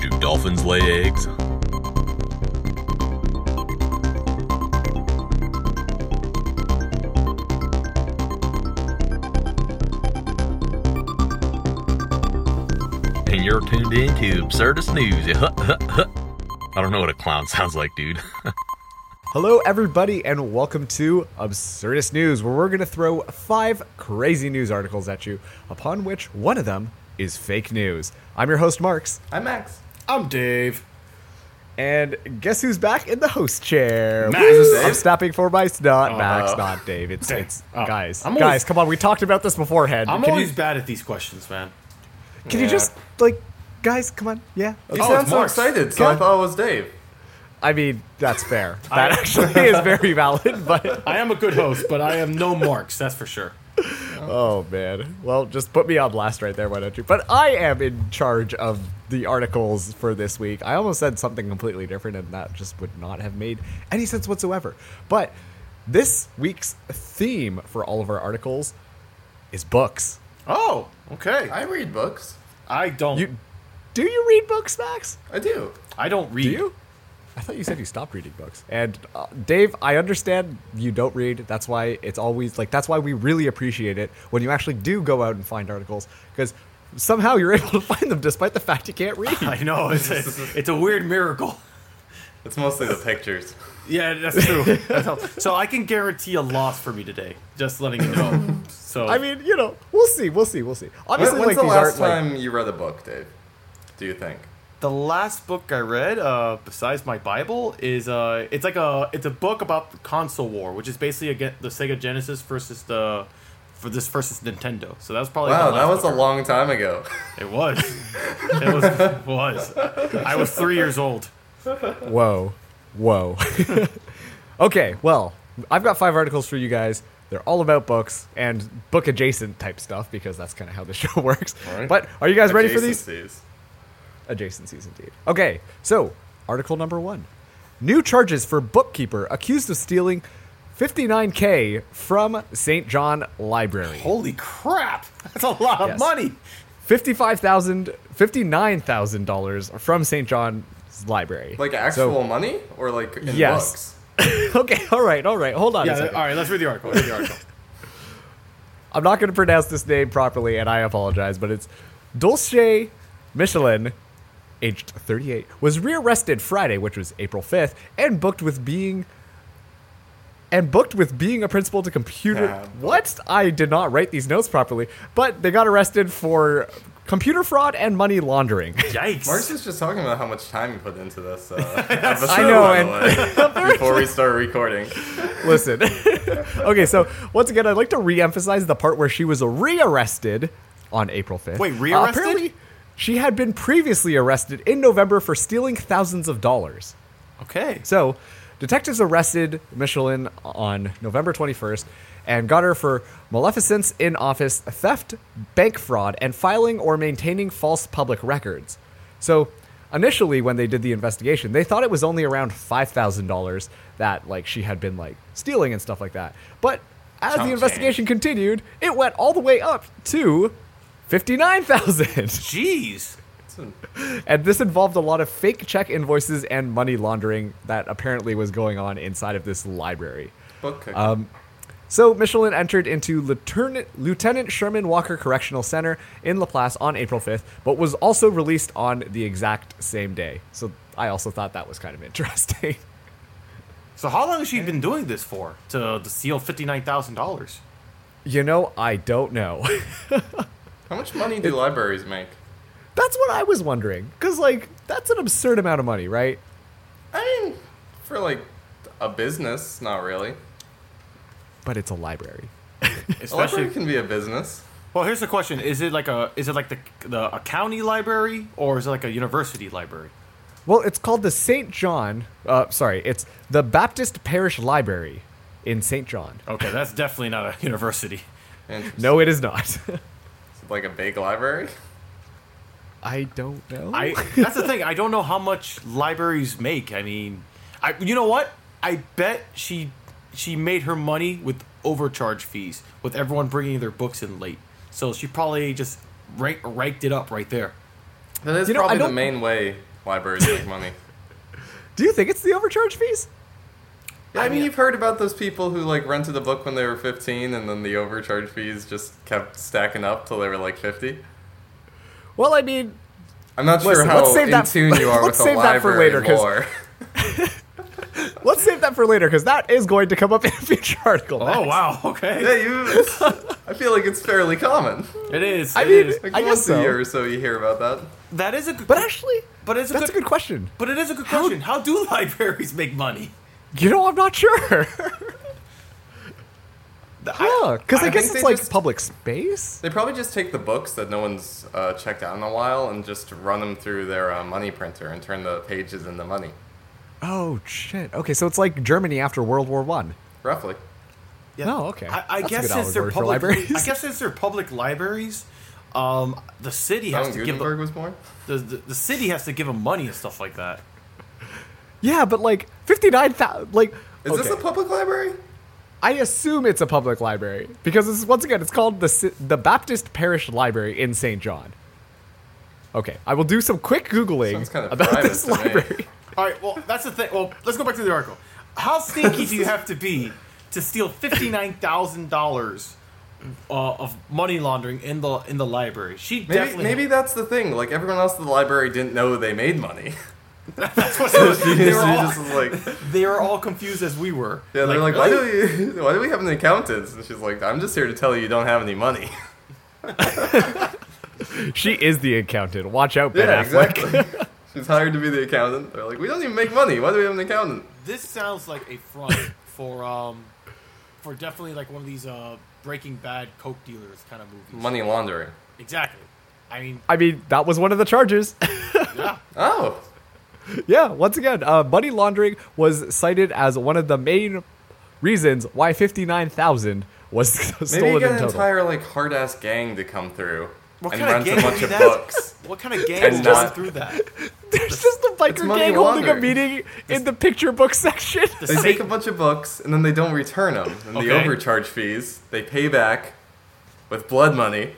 Do dolphins lay eggs? And you're tuned in to Absurdist News. Huh, huh, huh. I don't know what a clown sounds like, dude. Hello, everybody, and welcome to Absurdist News, where we're going to throw five crazy news articles at you, upon which one of them is fake news. I'm your host, Marks, I'm Max. I'm Dave. and guess who's back in the host chair? Max Woo! is Dave. Uh, I'm stopping for my it's not Max, no. not Dave. It's, it's Oh. guys, I'm guys, always- come on. We talked about this beforehand. I'm can always you, bad at these questions, man. can you yeah. just like, guys, come on? Yeah. You Oh, sound it's so Mark's. excited, so I Good. thought it was Dave. I mean, that's fair. That actually is very valid, but I am a good host, but I am no marks, that's for sure. Oh man. Well, just put me on blast right there, why don't you? But I am in charge of the articles for this week. I almost said something completely different and that just would not have made any sense whatsoever. But this week's theme for all of our articles is books. Oh, okay. I read books. I don't. You do you read books, Max? I do. I don't read. Do you? I thought you said you stopped reading books. And uh, Dave, I understand you don't read. That's why it's always like that's why we really appreciate it when you actually do go out and find articles because somehow you're able to find them despite the fact you can't read. I know. It's a, it's a weird miracle. It's mostly the pictures. Yeah, that's true. That's all. so I can guarantee a loss for me today. Just letting you know. So I mean, you know, we'll see, we'll see, we'll see. When, Obviously, when's like the these last aren't time you read a book, Dave? Do you think? the last book I read, uh, besides my Bible, is uh, it's like a it's a book about the console war, which is basically again the Sega Genesis versus the for this versus Nintendo. So that was probably Wow, the that last was book a long time ago. It was. It was. It was. I was three years old. like whoa, whoa. okay, well, I've got five articles for you guys. They're all about books and book adjacent type stuff because that's kind of how the show works. right. But are you guys ready for these? Adjacencies. Adjacencies, indeed. Okay, so article number one: New charges for bookkeeper accused of stealing 59k from St. John Library. Holy crap! That's a lot of Yes. money. Fifty-five thousand, fifty-nine thousand dollars from St. John's Library. Like actual money or like in Yes. books? okay, all right, all right. Hold on a Yeah. second. All right. Let's read the article. Read the article. I'm not going to pronounce this name properly, and I apologize, but it's Dulce Michelin, aged 38, was rearrested Friday, which was April 5th, and booked with being and booked with being a principal to computer. Yeah. What? I did not write these notes properly, but they got arrested for computer fraud and money laundering. Yikes! Mark's was just talking about how much time you put into this uh, episode. I know, by the and- way, before we start recording, Listen. okay, so once again, I'd like to re-emphasize the part where she was rearrested on April 5th. Wait, rearrested? apparently, she had been previously arrested in November for stealing thousands of dollars. Okay. So, detectives arrested Michelin on November 21st and got her for maleficence in office, theft, bank fraud, and filing or maintaining false public records. So, initially when they did the investigation, they thought it was only around $5,000 that like she had been like stealing and stuff like that. But as Chump the investigation continued, it went all the way up to 59,000. Jeez. And this involved a lot of fake check invoices and money laundering that apparently was going on inside of this library. book cooking. Um, So Michelin entered into Lieutenant, Lieutenant Sherman Walker Correctional Center in Laplace on April 5th, but was also released on the exact same day. So I also thought that was kind of interesting. So how long has she been doing this for to, to steal fifty nine thousand dollars? you know, I don't know. how much money do libraries make? that's what I was wondering. Because, like, that's an absurd amount of money, right? I mean, for like a business, not really. But it's a library. A library Especially. can be a business. Well, here's the question: Is it like a is it like the, the a county library or is it like a university library? Well, it's called the St. John. Uh, sorry, it's the Baptist Parish Library in St. John. Okay, that's definitely not a university. And No, it is not. like a big library. I don't know. I that's the thing. I don't know how much libraries make. I mean, I you know what? I bet she she made her money with overcharge fees, with everyone bringing their books in late. So she probably just rank, ranked it up right there. That is You know, I probably the don't- main way Libraries make money. Do you think it's the overcharge fees? I mean, you've heard about those people who like rented a book when they were 15 and then the overcharge fees just kept stacking up till they were like 50. Well, I mean, I'm not sure Listen, how let's save in that- tune you are let's with the save that for library later, 'cause- lore. let's save that for later because that is going to come up in a future article. Oh Max. wow. Okay. yeah, you, I feel like it's fairly common. It is. I it mean- is. Like I guess once so. a year or so, you hear about that. that is a good. But actually, but it's a that's good, a good question. But it is a good question. How do libraries make money? You know, I'm not sure. Because I, I guess think it's they like just- public space. They probably just take the books that no one's uh, checked out in a while and just run them through their uh, money printer and turn the pages into money, Oh shit. Okay, so it's like Germany after World War One. roughly. Yeah. Oh, okay. I, I That's a guess good since they're allegory for public libraries. I guess since they're public libraries, um, the city That has when to give Gutenberg the, was born. the, the the city has to give them money and stuff like that. Yeah, but like fifty nine thousand. Like, Is this a okay. public library? I assume it's a public library because it's once again it's called the Si- the Baptist Parish Library in St. John. Okay, I will do some quick googling Sounds kind of about private this to me. library. All right. Well, that's the thing. Well, let's go back to the article. How sneaky do you have to be to steal fifty nine thousand dollars uh, of money laundering in the in the library? She Maybe, definitely maybe that's the thing. Like everyone else at the library didn't know they made money. that's what it was. They they, were all, just was like, they were all confused as we were. yeah, they're like, why do we, why do we have an accountant? And she's like, I'm just here to tell you you don't have any money. She is the accountant. Watch out, Ben yeah, Affleck. exactly. she's hired to be the accountant. They're like, we don't even make money. Why do we have an accountant? This sounds like a front for um for definitely like one of these uh Breaking Bad coke dealers kind of movies. Money laundering. Exactly. I mean, I mean, that was one of the charges. yeah. Oh, yeah, once again, uh, money laundering was cited as one of the main reasons why fifty nine thousand was maybe you stolen get in an total. entire like hard ass gang to come through What and kind of rent a gang bunch would of be that? books. What kind of gang And is going not- through that? There's just a biker money gang holding a laundering. meeting in the picture book section. They Sa- take a bunch of books and then they don't return them. And the Okay. overcharge fees they pay back with blood money,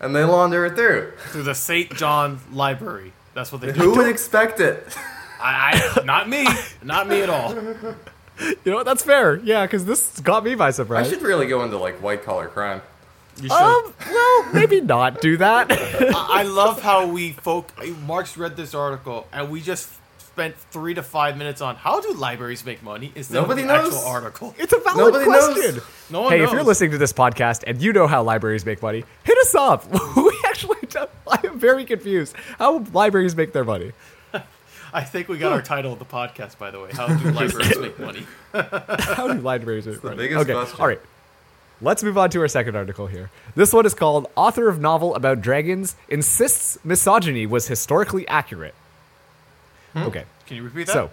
and they launder it through. through the St. John Library. That's what they do. Who would expect it? I, I not me, not me at all. You know what? That's fair. Yeah, because this got me by I surprise. should really go into like white collar crime. You should. Um, well, maybe not do that. I, I love how we folk. Mark's read this article, and we just spent three to five minutes on how do libraries make money instead Nobody of the knows. actual article. It's a valid Nobody knows. question. No one hey, knows. if you're listening to this podcast and you know how libraries make money, hit us up. we actually don't. I am very confused how libraries make their money. I think we got our title of the podcast, by the way. How do libraries make money? How do libraries make money? biggest okay, question. all right. Let's move on to our second article here. This one is called Author of Novel About Dragons Insists Misogyny Was Historically Accurate. Okay. Can you repeat that? So,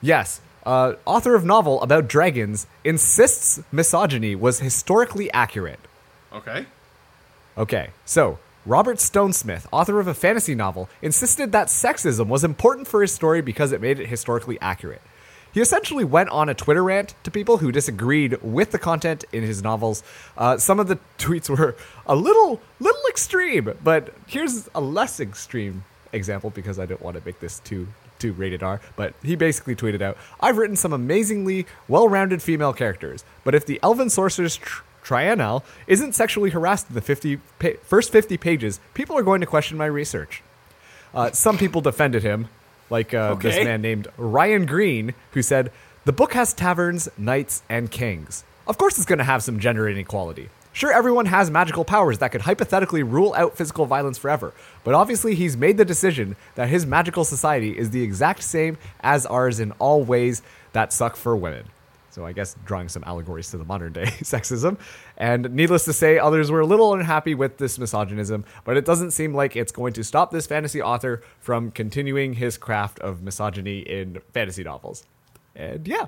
yes, uh, author of novel about dragons insists misogyny was historically accurate. okay. Okay, so Robert Stonesmith, author of a fantasy novel, insisted that sexism was important for his story because it made it historically accurate. He essentially went on a Twitter rant to people who disagreed with the content in his novels. Uh, some of the tweets were a little, little extreme, but here's a less extreme example because I didn't want to make this too too rated R. But he basically tweeted out, "I've written some amazingly well-rounded female characters, but if the elven sorceress tr- Trianal isn't sexually harassed in the 50 pa- first 50 pages, people are going to question my research." Uh, some people defended him, like uh, Okay. this man named Ryan Green, who said, The book has taverns, knights, and kings. Of course, it's going to have some gender inequality. Sure, everyone has magical powers that could hypothetically rule out physical violence forever, but obviously, he's made the decision that his magical society is the exact same as ours in all ways that suck for women. So, I guess drawing some allegories to the modern day sexism. And needless to say, others were a little unhappy with this misogynism, but it doesn't seem like it's going to stop this fantasy author from continuing his craft of misogyny in fantasy novels. And yeah.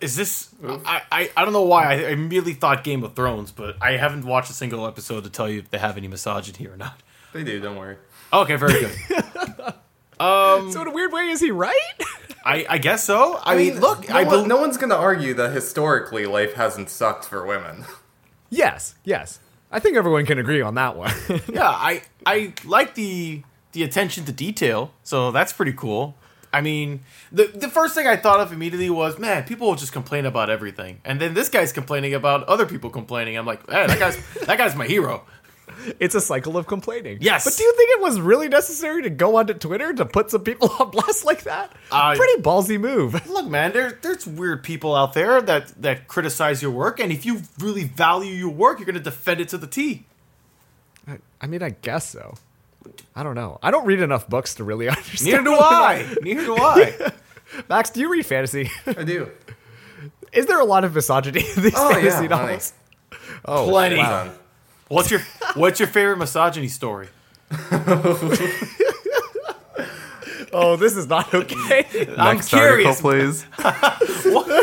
Is this? I, I I don't know why I immediately thought Game of Thrones, but I haven't watched a single episode to tell you if they have any misogyny or not. They do, don't worry. Okay, very good. so, in a weird way, is he right? I I guess so. I, mean, look, no, I one, believe. no one's gonna argue that historically life hasn't sucked for women. yes, yes. I think everyone can agree on that one. Yeah, I I like the the attention to detail. So that's pretty cool. I mean, the the first thing I thought of immediately was, man, people will just complain about everything, and then this guy's complaining about other people complaining. I'm like, man, that guy's that guy's my hero. It's a cycle of complaining. Yes. But do you think it was really necessary to go onto Twitter to put some people on blast like that? I- Pretty ballsy move. Look, man, there, there's weird people out there that that criticize your work, and if you really value your work, you're gonna defend it to the T. I, I mean, I guess so. I don't know. I don't read enough books to really understand. Neither do what I. Neither do I. Max, do you read fantasy? I do. Is there a lot of misogyny in these Oh, fantasy yeah, honey. novels? Oh, Plenty. Wow. What's your What's your favorite misogyny story? oh, this is not okay. Um, I'm Next curious. article, please.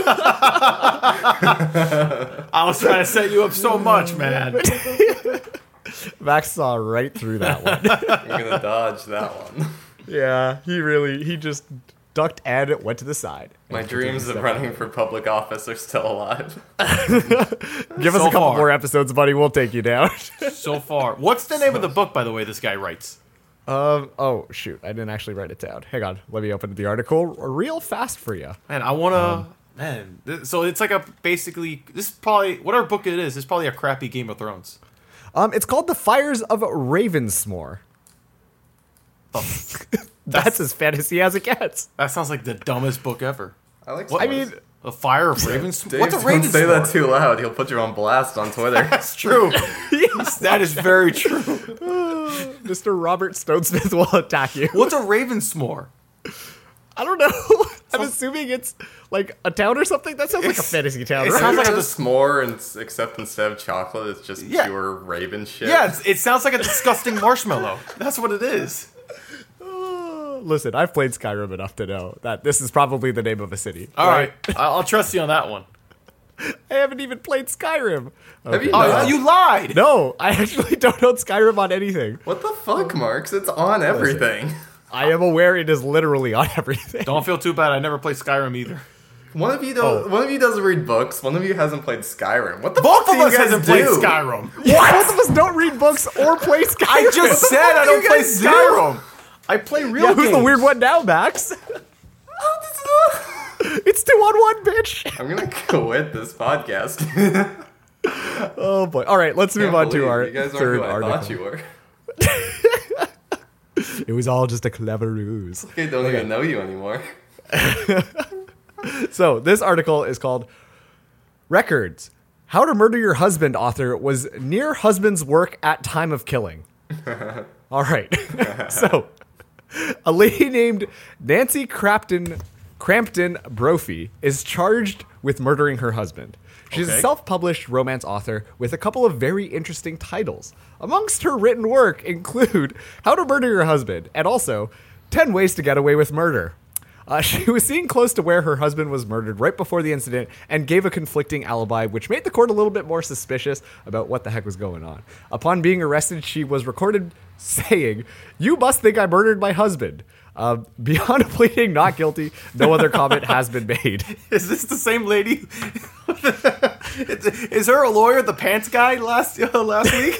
I was trying to set you up so much, man. Max saw right through that one. I'm gonna dodge that one. Yeah, he really he just ducked and went to the side. My dreams of running for public office are still alive. Give us So a couple far. more episodes, buddy. We'll take you down. So far, what's the name of the book, by the way? This guy writes. um. Oh shoot, I didn't actually write it down. Hang on, let me open the article real fast for you. Man, I wanna. Um, man, th- so it's like a basically. This is probably whatever book it is. It's probably a crappy Game of Thrones. Um, it's called "The Fires of Ravensmore." Oh. That's, as fantasy as it gets. That sounds like the dumbest book ever. I like. What- I mean, A fire of ravens. Dave, What's a don't ravens? say that too loud. He'll put you on blast on Twitter. That's true. that is very true. Mr. Robert Stonesmith will attack you. What's a ravensmore? I don't know. I'm assuming it's like a town or something. That sounds like a It's- fantasy town, it right? sounds like It's a just s'more, and s- except instead of chocolate, it's just Yeah. pure raven shit. Yeah, it's, it sounds like a disgusting marshmallow. That's what it is. Uh, Listen, I've played Skyrim enough to know that this is probably the name of a city. All right, I- I'll trust you on that one. I haven't even played Skyrim. Uh, Have you? Oh, not? you lied. No, I actually don't own Skyrim on anything. What the fuck, Marks? It's on everything. I am aware it is literally on everything. Don't feel too bad. I never played Skyrim either. One of you don't. One of you doesn't read books. One of you hasn't played Skyrim. What the Oh. Both of fuck do you us guys hasn't do? played Skyrim. What? Both of us don't read books or play Skyrim. I just said I do you don't play guys do? Skyrim. I play real Yeah, who's the games. weird one now, Max? it's two on one, bitch. I'm gonna quit this podcast. Oh boy. All right, let's move Can't on to believe our you guys aren't third who I thought article. you were. It was all just a clever ruse. I don't even know you anymore. So this article is called "Records: How to Murder Your Husband." Author was near husband's work at time of killing. All right, so a lady named Nancy Crapton Crampton Brophy is charged with murdering her husband. She's Okay. a self-published romance author with a couple of very interesting titles. Amongst her written work include How to Murder Your Husband and also 10 Ways to Get Away with Murder. Uh, she was seen close to where her husband was murdered right before the incident and gave a conflicting alibi, which made the court a little bit more suspicious about what the heck was going on. Upon being arrested, she was recorded saying, You must think I murdered my husband. Uh, beyond pleading not guilty, no other comment has been made. Is this the same lady? is, is her a lawyer, the pants guy last uh, last week?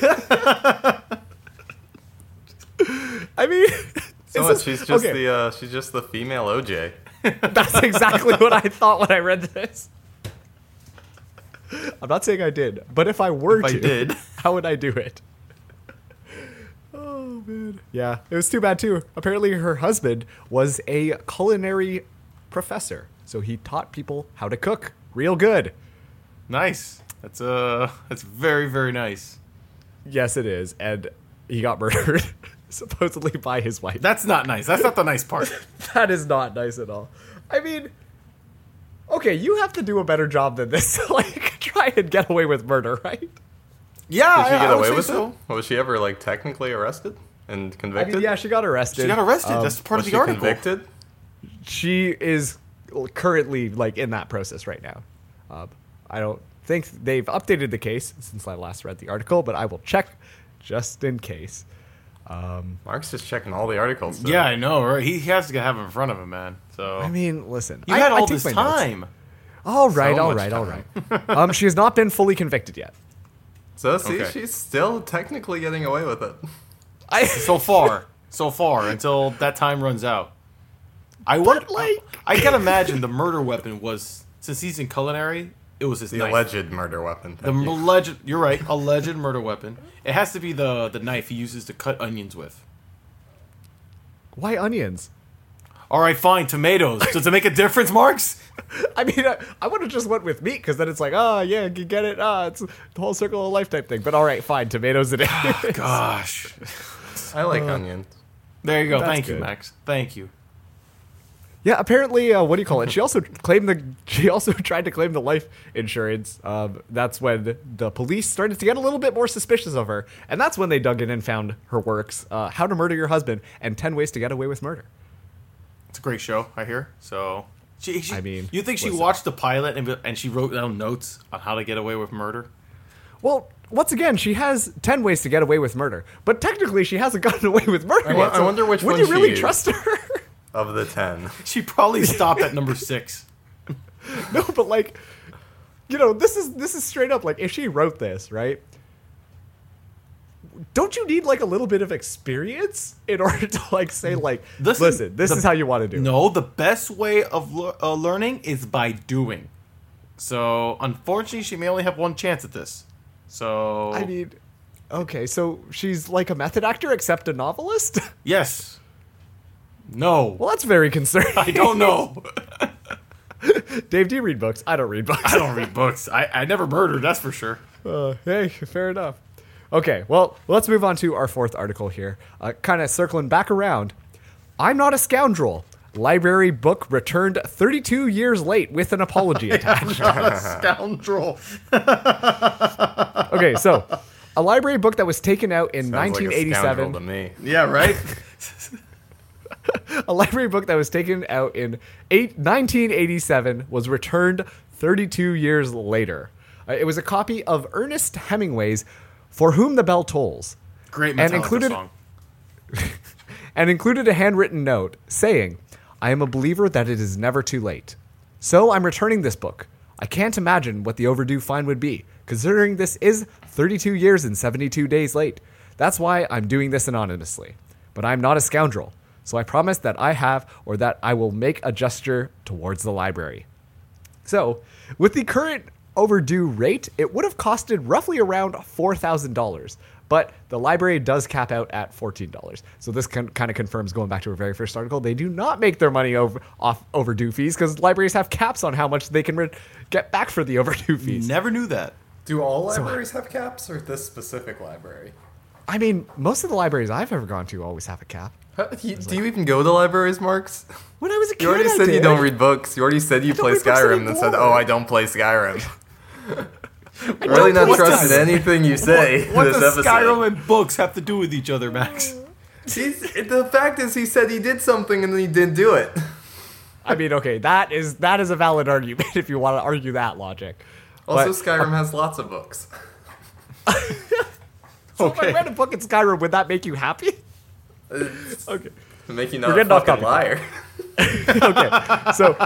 I mean, So is what, this- she's just okay. the uh, she's just the female OJ. That's exactly what I thought when I read this. I'm not saying I did, but if I were If I to, did. how would I do it? Oh man, yeah, it was too bad too. Apparently, her husband was a culinary professor, so he taught people how to cook real good. nice. That's uh that's very very nice. Yes, it is, and he got murdered supposedly by his wife. That's not nice. That's not the nice part. That is not nice at all. I mean, okay, you have to do a better job than this to like try and get away with murder, right? Yeah, Did she I- I get would away say with so. it? Was she ever like technically arrested and I convicted? mean, yeah, she got arrested. She got arrested. Um, that's part was of she the article. convicted? she is currently like in that process right now. Um, I don't think they've updated the case since I last read the article, but I will check just in case. Mark's just checking all the articles. though. Yeah, I know, right? He has to have it in front of him, man. So I mean, listen, Oh. you I, had I all take this my notes. time. All right, So all much right, all right. um, she has not been fully convicted yet. So see, Okay. she's still technically getting away with it. I So far, so far until that time runs out. I would like. I can imagine the murder weapon was since he's in culinary. It was his The knife. alleged murder weapon. The m- alleged. You're right. Alleged murder weapon. It has to be the the knife he uses to cut onions with. Why onions? All right, fine. Tomatoes. Does it make a difference, Marks? I mean, I, I would have just went with meat because then it's like, ah, yeah, you get it. Ah, it's the whole circle of life type thing. But all right, fine, tomatoes it Ah, is. Gosh. I like onions. There you go. That's Thank you, good. Max. Thank you. yeah, apparently, uh, what do you call it? She also claimed the she also tried to claim the life insurance. Um, that's when the police started to get a little bit more suspicious of her, and that's when they dug in and found her works: uh, How to Murder Your Husband and Ten Ways to Get Away with Murder. It's a great show, I hear. So, she, she- I mean, you think she listen. watched the pilot and, and she wrote down notes on how to get away with murder? Well, once again, she has ten ways to get away with murder, but technically, she hasn't gotten away with murder. I wo- yet, I so wonder which would one you she really used. trust her? Of the ten. She probably stopped at number six. No, but like, you know, this is this is straight up like if she wrote this, right? Don't you need like a little bit of experience in order to like say like, Mm. Listen, listen, this the- is how you want to do. it? No, the best way of lear- uh, learning is by doing. So, unfortunately, she may only have one chance at this. So, I mean, okay, so she's like a method actor except a novelist. yes. No. well, that's very concerning. I don't know. Dave, do you read books? I don't read books. I don't read books. I, I never murdered, that's for sure. Uh, hey, fair enough. Okay, well, let's move on to our fourth article here. Uh, kind of circling back around. I'm not a scoundrel. Library book returned 32 years late with an apology attached. Scoundrel. Okay, so a library book that was taken out in Sounds like a 1987. scoundrel to me. Yeah, right? a library book that was taken out in eight, 1987 was returned 32 years later. Uh, it was a copy of Ernest Hemingway's "For Whom the Bell Tolls." Great And Metallica included- song. and included a handwritten note saying, I am a believer that it is never too late. So I'm returning this book. I can't imagine what the overdue fine would be, considering this is 32 years and 72 days late. That's why I'm doing this anonymously. But I'm not a scoundrel, so I promise that I have or that I will make a gesture towards the library. So, with the current overdue rate, it would have costed roughly around $4,000, but the library does cap out at $14. So, this con- kind of confirms going back to our very first article, they do not make their money over- off overdue fees because libraries have caps on how much they can re- get back for the overdue fees. Never knew that. Do all libraries have caps, or this specific library? I mean, most of the libraries I've ever gone to always have a cap. Huh, you- do you even go to libraries, Marks? When I was a kid, You already I said you did. don't read books. You already said you don't play read books Skyrim, and said, anymore. "Oh, I don't play Skyrim." really not books. trusting anything you say What this does episode. Skyrim and books have to do with each other, Max? He's, the fact is, he said he did something and then he didn't do it. I mean, okay, that is that is a valid argument if you want to argue that logic. Also, But- Skyrim has lots of books. So Okay. if I read a book in Skyrim, would that make you happy? okay. Make you not We're a getting off fucking topic. liar. okay. So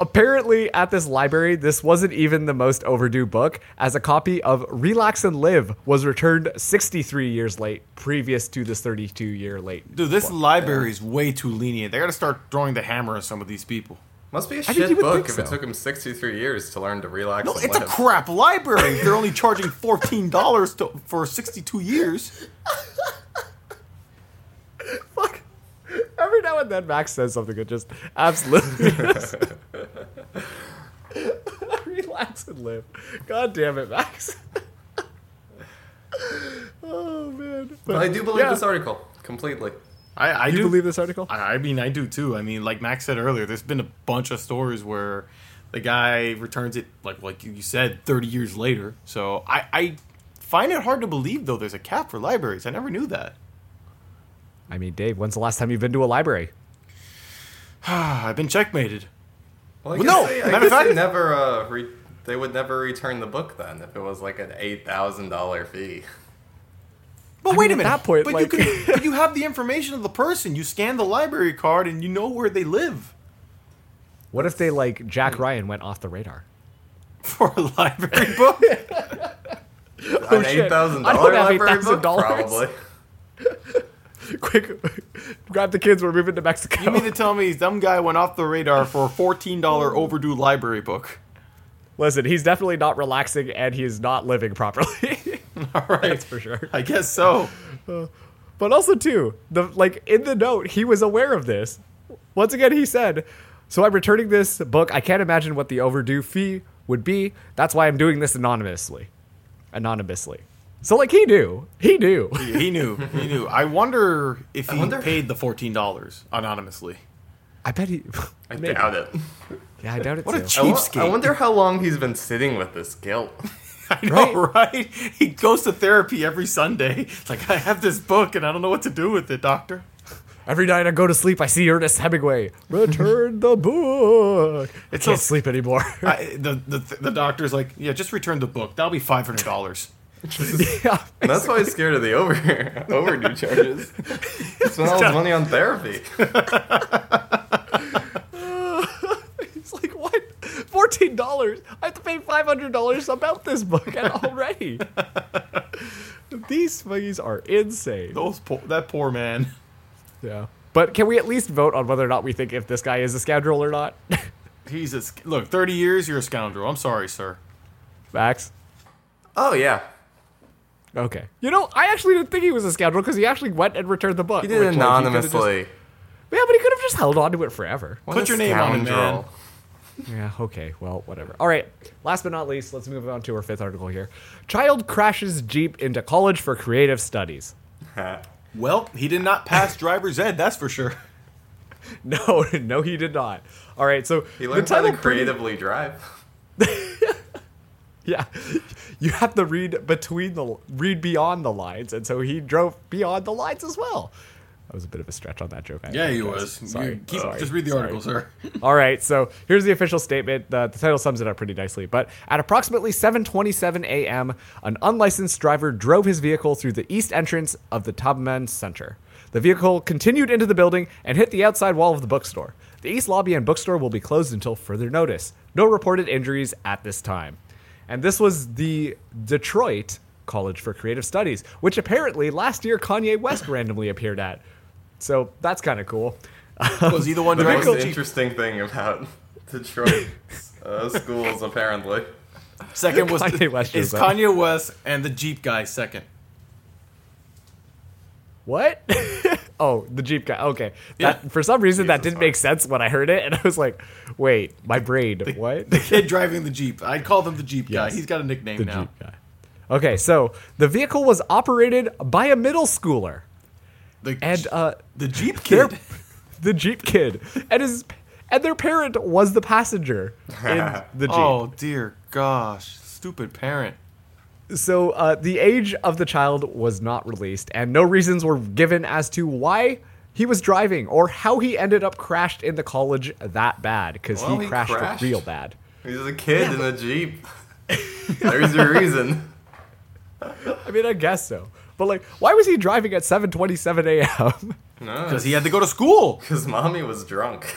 apparently at this library, this wasn't even the most overdue book, as a copy of Relax and Live was returned 63 years late, previous to this 32 year late. Dude, this library is way too lenient. They gotta start throwing the hammer on some of these people. Must be a think you shit would book think if it so. took him 63 years to learn to relax. No, and it's a live. crap library. They're only charging fourteen dollars for sixty-two years. Fuck. Every now and then Max says something that just absolutely Relax and live. God damn it, Max. oh man. But I do believe Yeah. this article completely. I, I You do believe this article? I I mean, I do too. I mean, like Max said earlier, there's been a bunch of stories where the guy returns it, like like you said, 30 years later. So I, I find it hard to believe though. There's a cap for libraries. I never knew that. I mean, Dave, when's the last time you've been to a library? I've been checkmated. Well, I Well, guess no, they, matter I of guess fact- they never. Uh, re- they would never return the book then if it was like an eight thousand dollar fee. But I wait mean, a at minute. that point, but like- you can, but you have the information of the person. You scan the library card, and you know where they live What if they like Jack Ryan went off the radar? for a library book. an shit. eight thousand I don't dollar have library book, $8,000. probably. Quick, grab the kids. We're moving to Mexico. You mean to tell me some guy went off the radar for a fourteen dollar overdue library book? Listen, he's definitely not relaxing, and he is not living properly. All right, That's for sure. I guess so. But also too, the like in the note, he was aware of this. Once again, he said, "So I'm returning this book. I can't imagine what the overdue fee would be. That's why I'm doing this anonymously." Anonymously. So like he knew. He knew. He knew. He knew. I wonder if he wonder- paid the fourteen dollars anonymously. I bet he I Maybe. doubt it. Yeah, I doubt it What a too. I, wo- cheapskate! I wonder how long he's been sitting with this guilt. I know, right? He goes to therapy every Sunday. It's Like I have this book and I don't know what to do with it, doctor. Every night I go to sleep, I see Ernest Hemingway. Return the book. I It's can't so- sleep anymore. I, the, the the doctor's like, yeah, just return the book. That'll be five hundred dollars. yeah. And that's why he's scared of the over overdue charges. He spent all his money on therapy. It's like what? Fourteen dollars? I have to pay five hundred dollars about this book and already. These things are insane. Those poor, that poor man. Yeah. But can we at least vote on whether or not we think if this guy is a scoundrel or not? He's a sc- look. Thirty years, you're a scoundrel. I'm sorry, sir. Max. Oh yeah, Okay. You know, I actually didn't think he was a scoundrel because he actually went and returned the book. he did which, like, could've just- anonymously. yeah, but he could have just held on to it forever. What Put a your name on it, scoundrel. man. Yeah, okay. Well, whatever. All right. Last but not least, let's move on to our fifth article here. Child crashes Jeep into college for creative studies. Well, he did not pass driver's ed. That's for sure. No, no, he did not. All right, so He the learned how title to pretty- creatively drive. yeah, you have to read between the read beyond the lines, and so he drove beyond the lines as well. That was a bit of a stretch on that joke. I Yeah, he apologize. was. Sorry, You keep- sorry, just read the sorry. article, sir. All right, so here's the official statement. The, the title sums it up pretty nicely. But at approximately 7:27 a.m., an unlicensed driver drove his vehicle through the east entrance of the Tubman Center. The vehicle continued into the building and hit the outside wall of the bookstore. The east lobby and bookstore will be closed until further notice. No reported injuries at this time. And this was the Detroit College for Creative Studies, which apparently last year Kanye West randomly appeared at. So that's kind of cool. Was he the one The most driving the Jeep? interesting thing about Detroit uh, schools, apparently. Second was Kanye West is is up. Kanye West and the Jeep guy second. What? oh, the Jeep guy. Okay. That, Yeah. For some reason, that Jesus, didn't sorry. make sense when I heard it. And I was like, wait, my brain. what? The kid driving the Jeep. I'd call him the Jeep Yes. guy. He's got a nickname now. guy. Okay, so the vehicle was operated by a middle schooler The, and uh, the Jeep their, kid. the Jeep kid. And his. And their parent was the passenger in the Jeep. Oh dear gosh, stupid parent. So uh, the age of the child was not released, and no reasons were given as to why he was driving or how he ended up crashed into college that bad because Well, he, he crashed, crashed. real bad. He's a kid in a jeep. There's your reason. I mean, I guess so. But like, why was he driving at 7:27 a.m.? No, Because he had to go to school. because mommy was drunk.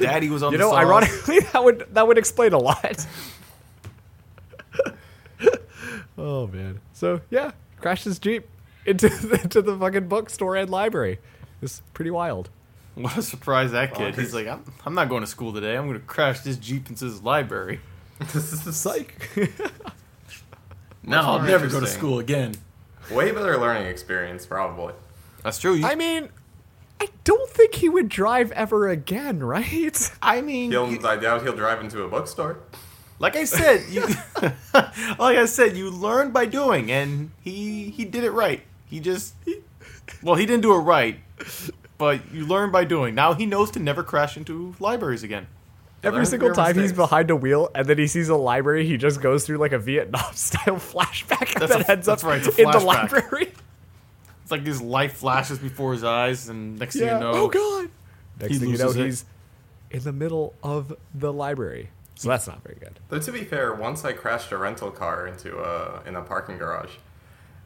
Daddy was on. You the know, sauce. ironically, that would that would explain a lot. oh man. So yeah, crashed his jeep into the, into the fucking bookstore and library. It's pretty wild. What a surprise that kid. He's like, I'm, I'm not going to school today. I'm going to crash this Jeep into this library. This is Psych. Now I'll more never go to interesting. school again. way better learning experience, probably. That's true. You, I mean, I don't think he would drive ever again, right? I mean, He'll, I doubt he'll drive into a bookstore. like I said, you, like I said, you learn by doing, and he he did it right. He just, well, he didn't do it right, but you learn by doing. Now he knows to never crash into libraries again. Every Learn single from your time he's mistakes. behind a wheel and then he sees a library, he just goes through like a Vietnam style flashback and That's then a- ends up that's right, it's a in the flashback. library. It's like his life flashes before his eyes, and next thing Yeah. you know, oh god. Next He thing you know, loses it. he's in the middle of the library. So that's not very good. Though to be fair, once I crashed a rental car into a in a parking garage.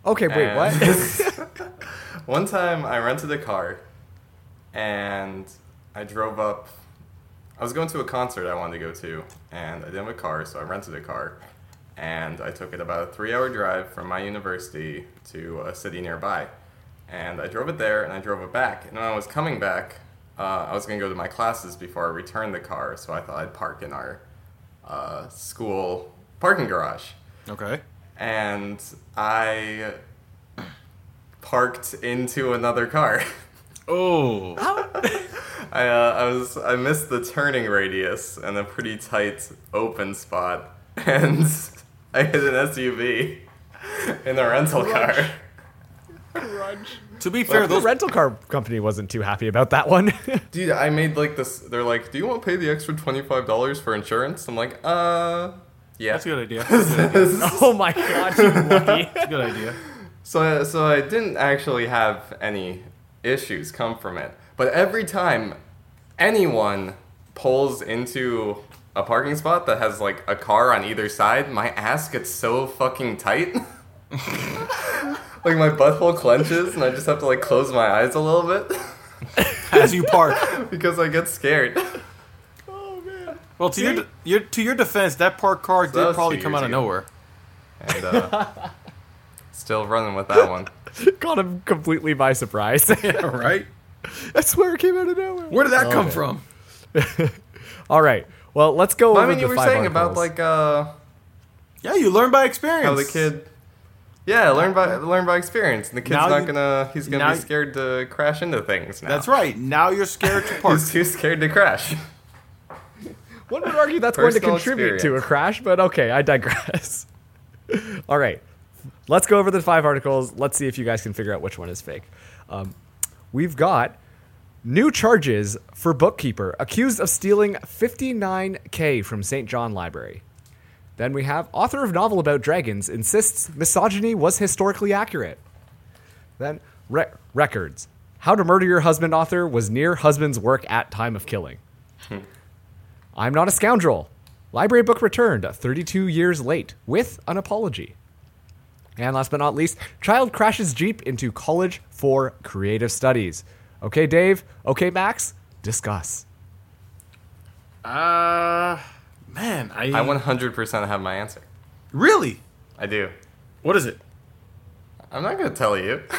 Okay, wait, what? what? one time I rented a car and I drove up. I was going to a concert I wanted to go to, and I didn't have a car, so I rented a car. and I took it about a three hour drive from my university to a city nearby. And I drove it there and I drove it back. And when I was coming back, uh, I was going to go to my classes before I returned the car, so I thought I'd park in our uh, school parking garage Okay. and I parked into another car. Oh. I, uh, I was I missed the turning radius and a pretty tight open spot, and I hit an SUV in a rental car. To be fair, The those rental car company wasn't too happy about that one. Dude, I made like this. They're like, "Do you want to pay the extra twenty five dollars for insurance?" I'm like, "Uh, yeah." that's a good idea. That's a oh my god, you lucky. good idea. So, so I didn't actually have any issues come from it. But every time anyone pulls into a parking spot that has like a car on either side, my ass gets so fucking tight. like my butthole clenches and I just have to like close my eyes a little bit As you park. because I get scared. Well, to your, your to your defense, that parked car that did was probably two come years out of ago. nowhere. And uh, still running with that one. Caught him completely by surprise. All right. I swear it came out of nowhere. Where did that come from? All right. Well, let's go. But, I over mean, you the were five saying about articles. like uh Yeah, you learn by experience. how the kid. Yeah, learn by learn by experience. And the kid's Now not you- gonna. He's gonna now be you- scared to crash into things. Now. That's right. Now you're scared to park. He's too scared to crash. One would argue that's going to Personal contribute to a experience. crash, but okay, I digress. All right, let's go over the five articles. Let's see if you guys can figure out which one is fake. Um, we've got new charges for bookkeeper accused of stealing 59K from St. John Library. Then we have author of novel about dragons insists misogyny was historically accurate. Then re- records. How to Murder Your Husband author was near husband's work at time of killing. I'm not a scoundrel. Library book returned 32 years late with an apology. And last but not least, child crashes Jeep into College for Creative Studies. Okay, Dave. Okay, Max. Discuss. Uh, man, I, I 100% have my answer. really. I do. What is it? I'm not gonna tell you. what,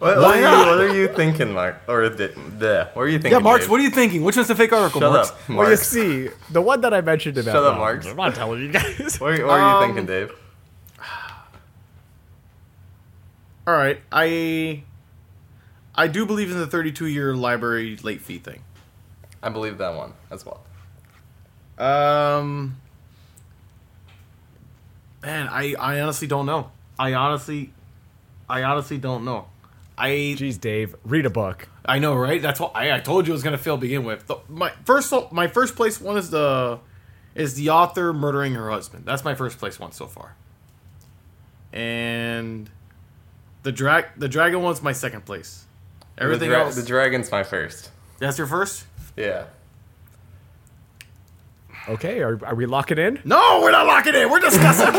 what, Why are you not? what are you thinking, Mark? Or the, the what are you thinking? Yeah, Marks, what are you thinking? Which one's the fake article, Shut Marks? up, Well, you Mark. see, the one that I mentioned about. Shut up, Oh, Marks. I'm not telling you guys. What, are- what are you Um, thinking, Dave? All right, I I do believe in the 32 year library late fee thing. I believe that one as well. Um, man, I I honestly don't know. I honestly, I honestly don't know. I Jeez, Dave, read a book. I know, right? That's what I, I told you it was gonna fail to begin with. The, my first my first place one is the is the author murdering her husband. That's my first place one so far. And the drag the dragon one's my second place. Everything the, dra- else the dragon's my first. that's your first? Yeah. Okay, are, are we locking in? No, we're not locking in. We're discussing.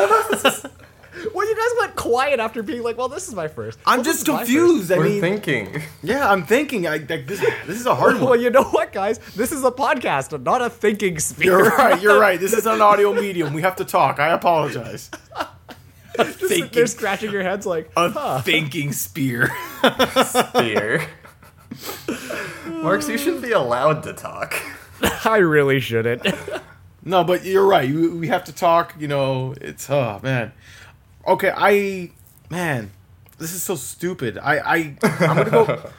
Well, you guys went quiet after being like, well, this is my first. I'm Well, this just is my first. confused. I We're mean, thinking. yeah, I'm thinking. I like, this, this is a hard Well, one. you know what, guys? This is a podcast, not a thinking sphere. You're right. You're right. This is an audio medium. We have to talk. I apologize. Just thinking- They're scratching your heads like, A thinking spear. Fear. Marks, you should be allowed to talk. I really shouldn't. No, but you're right. You- We have to talk. You know, it's oh man. Okay, I man, this is so stupid. I I I'm gonna go.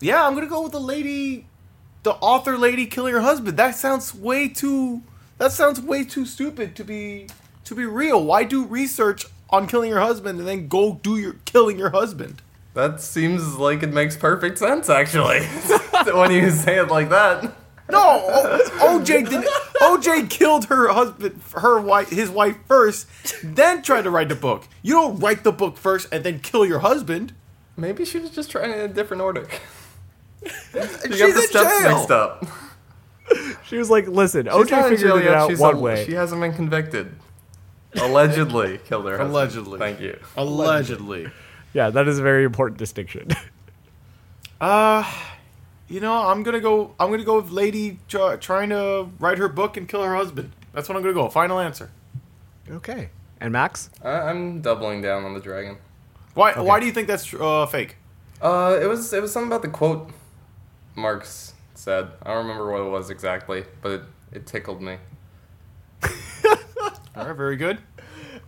yeah, I'm gonna go with the lady, the author lady killing her husband. That sounds way too. That sounds way too stupid to be to be real. Why do research on killing your husband and then go do your killing your husband? That seems like it makes perfect sense, actually. when you say it like that. No, O- OJ did. OJ killed her husband, her wife, his wife first, then tried to write the book. You don't write the book first and then kill your husband. Maybe she was just trying it in a different order. she She's got the in steps jail. mixed up. She was like, listen, She's not OJ in figured jail it yet, out she's one a- way. She hasn't been convicted. Allegedly killed her. husband. Allegedly. Thank you. Allegedly. Yeah, that is a very important distinction. You know, I'm gonna go. I'm gonna go with lady tr- trying to write her book and kill her husband. That's what I'm gonna go. Final answer. Okay. And Max? I- I'm doubling down on the dragon. Why? Why do you think that's uh, fake? Uh, it was it was something about the quote Marx said. I don't remember what it was exactly, but it, it tickled me. All right, very good.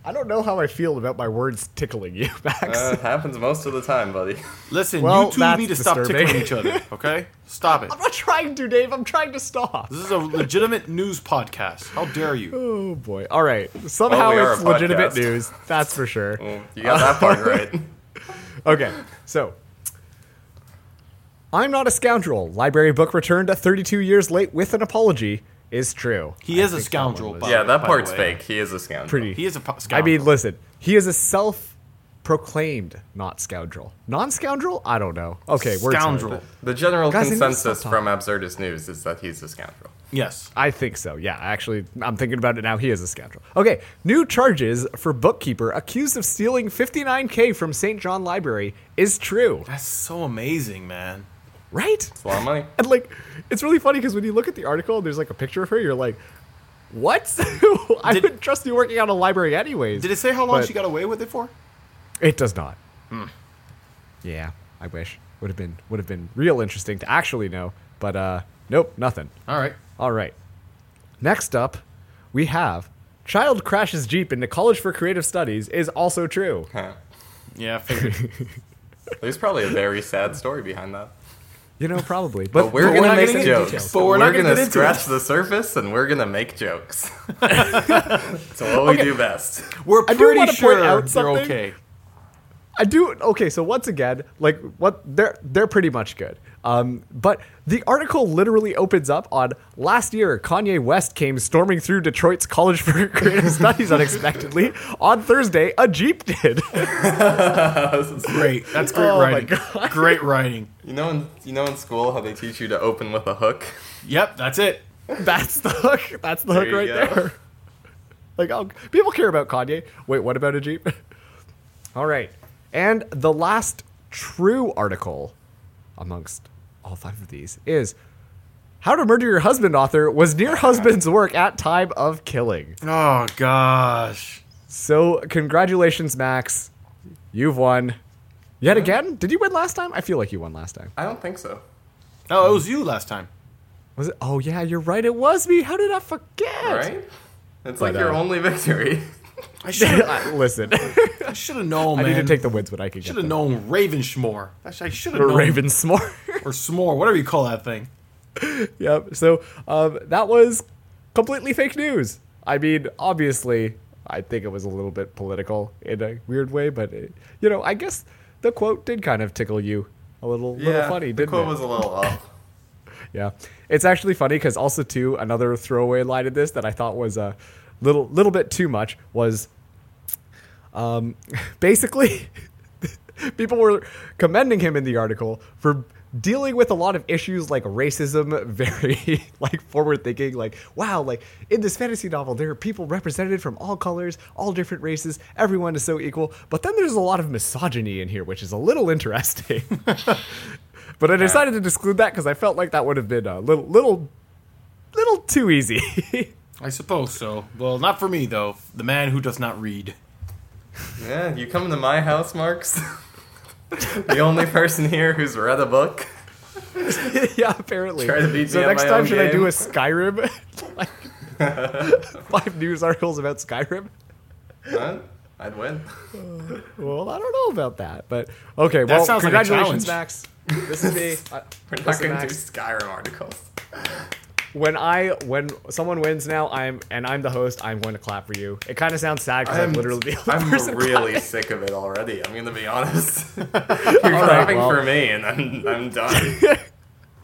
I don't know how I feel about my words tickling you, Max. Uh, it happens most of the time, buddy. Listen, Well, you two that's need to stop disturbing. tickling each other. Okay, stop it. I'm not trying to, Dave. I'm trying to stop. This is a legitimate news podcast. How dare you? Oh boy. All right. Somehow we are it's a legitimate podcast. news. That's for sure. You got that part right. Okay. So, I'm not a scoundrel. Library book returned at 32 years late with an apology is true. He is a scoundrel. By Yeah, that by the part's way. fake. He is a scoundrel. Pretty. He is a po- I scoundrel. mean, listen. He is a self-proclaimed not scoundrel. Non-scoundrel? I don't know. Okay, words hard. scoundrel. The general Guys, I need to consensus stop from Absurdist News is that he's a scoundrel. Yes. I think so. Yeah, actually, I'm thinking about it now. He is a scoundrel. Okay, new charges for bookkeeper accused of stealing 59k from St. John Library is true, That's so amazing, man. right? It's a lot of money. And like, it's really funny because when you look at the article, and there's like a picture of her. You're like, what? I Did- wouldn't trust you working out a library anyways. Did it say how long But- she got away with it for? It does not. Hmm. Yeah, I wish would have been would have been real interesting to actually know, but uh, nope, nothing. All right. All right. Next up, we have child crashes jeep into college for creative studies is also true. Huh. Yeah, I figured. There's probably a very sad story behind that. You know, probably. But we're not gonna gonna make get into jokes. details. But we're, not gonna gonna, get into scratch the surface, and we're gonna make jokes. so what we do best. We're I do pretty wanna point sure out they're something. okay. I do okay. So once again, like what they're they're pretty much good. Um, but the article literally opens up on last year. Kanye West came storming through Detroit's College for Creative Studies unexpectedly. On Thursday, a jeep did. Great. That's great Oh my writing. Great writing. You know, in, you know, in school how they teach you to open with a hook. Yep, that's it. That's the hook. That's the hook you right go. there. Like, oh, people care about Kanye. Wait, what about a jeep? All right, and the last true article amongst all five of these is "How to Murder Your Husband." Author was near husband's work at time of killing. Oh gosh. So, congratulations, Max. You've won yet again. Did you win last time? I feel like you won last time. I don't think so. No, Oh, it was you last time. Was it? Oh yeah, you're right. It was me. How did I forget? Right? It's like But, your uh, only victory. I should Listen, I should have known, I man. need to take the wins when I can get should have them. known Ravenschmore. Actually, I should have Or known Raven S'more. or S'more, whatever you call that thing. yep. So um, that was completely fake news. I mean, obviously, I think it was a little bit political in a weird way, but it, you know, I guess the quote did kind of tickle you a little, little funny, the didn't quote it? was a little off. yeah, it's actually funny because also too another throwaway line in this that I thought was a little, little bit too much was, um, basically, people were commending him in the article for dealing with a lot of issues like racism very like forward thinking like wow like in this fantasy novel there are people represented from all colors all different races everyone is so equal but then there's a lot of misogyny in here which is a little interesting but i decided to exclude that because i felt like that would have been a little little little too easy I suppose so. Well, not for me though. The man who does not read. Yeah, you come to my house, Marks. the only person here who's read a book. yeah, apparently. Try to beat so me at next my time, own should I do game. a Skyrim? like, five news articles about Skyrim? Huh? I'd win. Well, I don't know about that, but okay. That well, sounds like a congratulations, Max. challenge. This is me. I, We're not listen, going to do Max, Skyrim articles. when I when someone wins now, I'm and I'm the host. I'm going to clap for you. It kind of sounds sad because I'm, literally the only I'm person. really sick of it already. I'm going to be honest. You're clapping well. for me, and I'm, I'm done.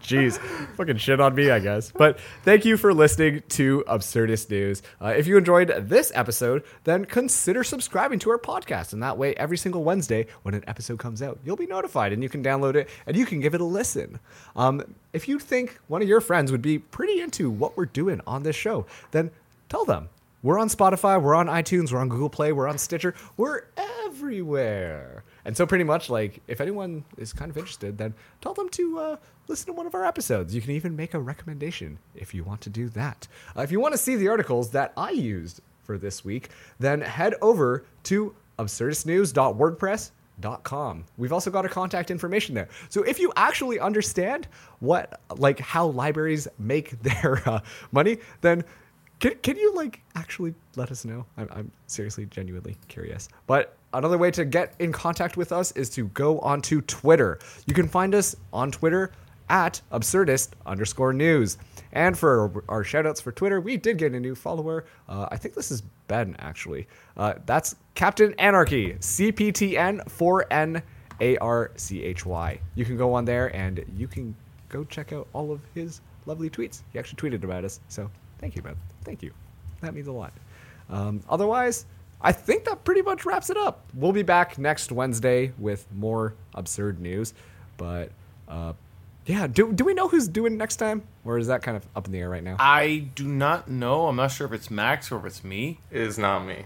Jeez, fucking shit on me, I guess. But thank you for listening to Absurdist News. Uh, if you enjoyed this episode, then consider subscribing to our podcast. And that way, every single Wednesday when an episode comes out, you'll be notified and you can download it and you can give it a listen. Um, if you think one of your friends would be pretty into what we're doing on this show, then tell them. We're on Spotify, we're on iTunes, we're on Google Play, we're on Stitcher, we're everywhere. And so, pretty much, like, if anyone is kind of interested, then tell them to uh, listen to one of our episodes. You can even make a recommendation if you want to do that. Uh, if you want to see the articles that I used for this week, then head over to absurdistnews.wordpress.com. We've also got our contact information there. So if you actually understand what, like, how libraries make their uh, money, then can, can you like actually let us know? I'm, I'm seriously, genuinely curious. But another way to get in contact with us is to go onto Twitter. You can find us on Twitter at absurdist underscore news. And for our shout outs for Twitter, we did get a new follower. Uh, I think this is Ben, actually. Uh, that's Captain Anarchy, CPTN4NARCHY. You can go on there and you can go check out all of his lovely tweets. He actually tweeted about us. So thank you, Ben. Thank you. That means a lot. Um, otherwise, I think that pretty much wraps it up. We'll be back next Wednesday with more absurd news. But uh, yeah, do, do we know who's doing next time? Or is that kind of up in the air right now? I do not know. I'm not sure if it's Max or if it's me. It is not me.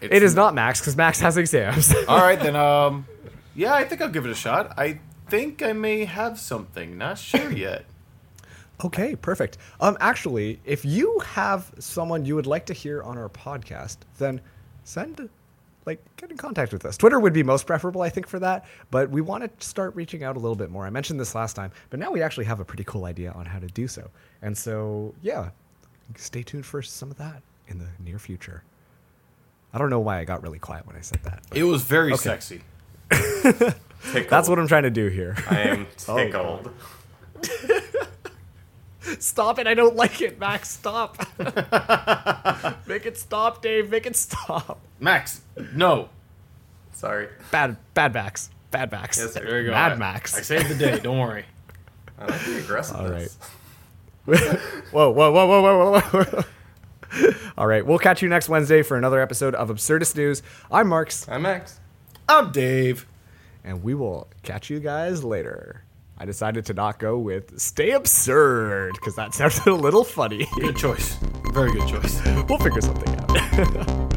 It's It is not Max because Max has exams. All right then. Um, yeah, I think I'll give it a shot. I think I may have something. Not sure yet. Okay, perfect. Um, actually, if you have someone you would like to hear on our podcast, then send, like, get in contact with us. Twitter would be most preferable, I think, for that. But we want to start reaching out a little bit more. I mentioned this last time, but now we actually have a pretty cool idea on how to do so. And so, yeah, stay tuned for some of that in the near future. I don't know why I got really quiet when I said that. It was very sexy. Tickled. That's what Oh. I'm trying to do here. I am tickled. Stop it. I don't like it, Max. Stop. make it stop, Dave. Make it stop. Max, no. Sorry. Bad bad Max. Bad Max. Yes, There you go. Mad I- Max. I saved the day. Don't worry. I like the aggressiveness. whoa, whoa, whoa, whoa, whoa, whoa, whoa. All right. We'll catch you next Wednesday for another episode of Absurdist News. I'm Marks, I'm Max. I'm Dave. and we will catch you guys later. I decided to not go with stay absurd because that sounded a little funny. Good choice. Very good choice. we'll figure something out.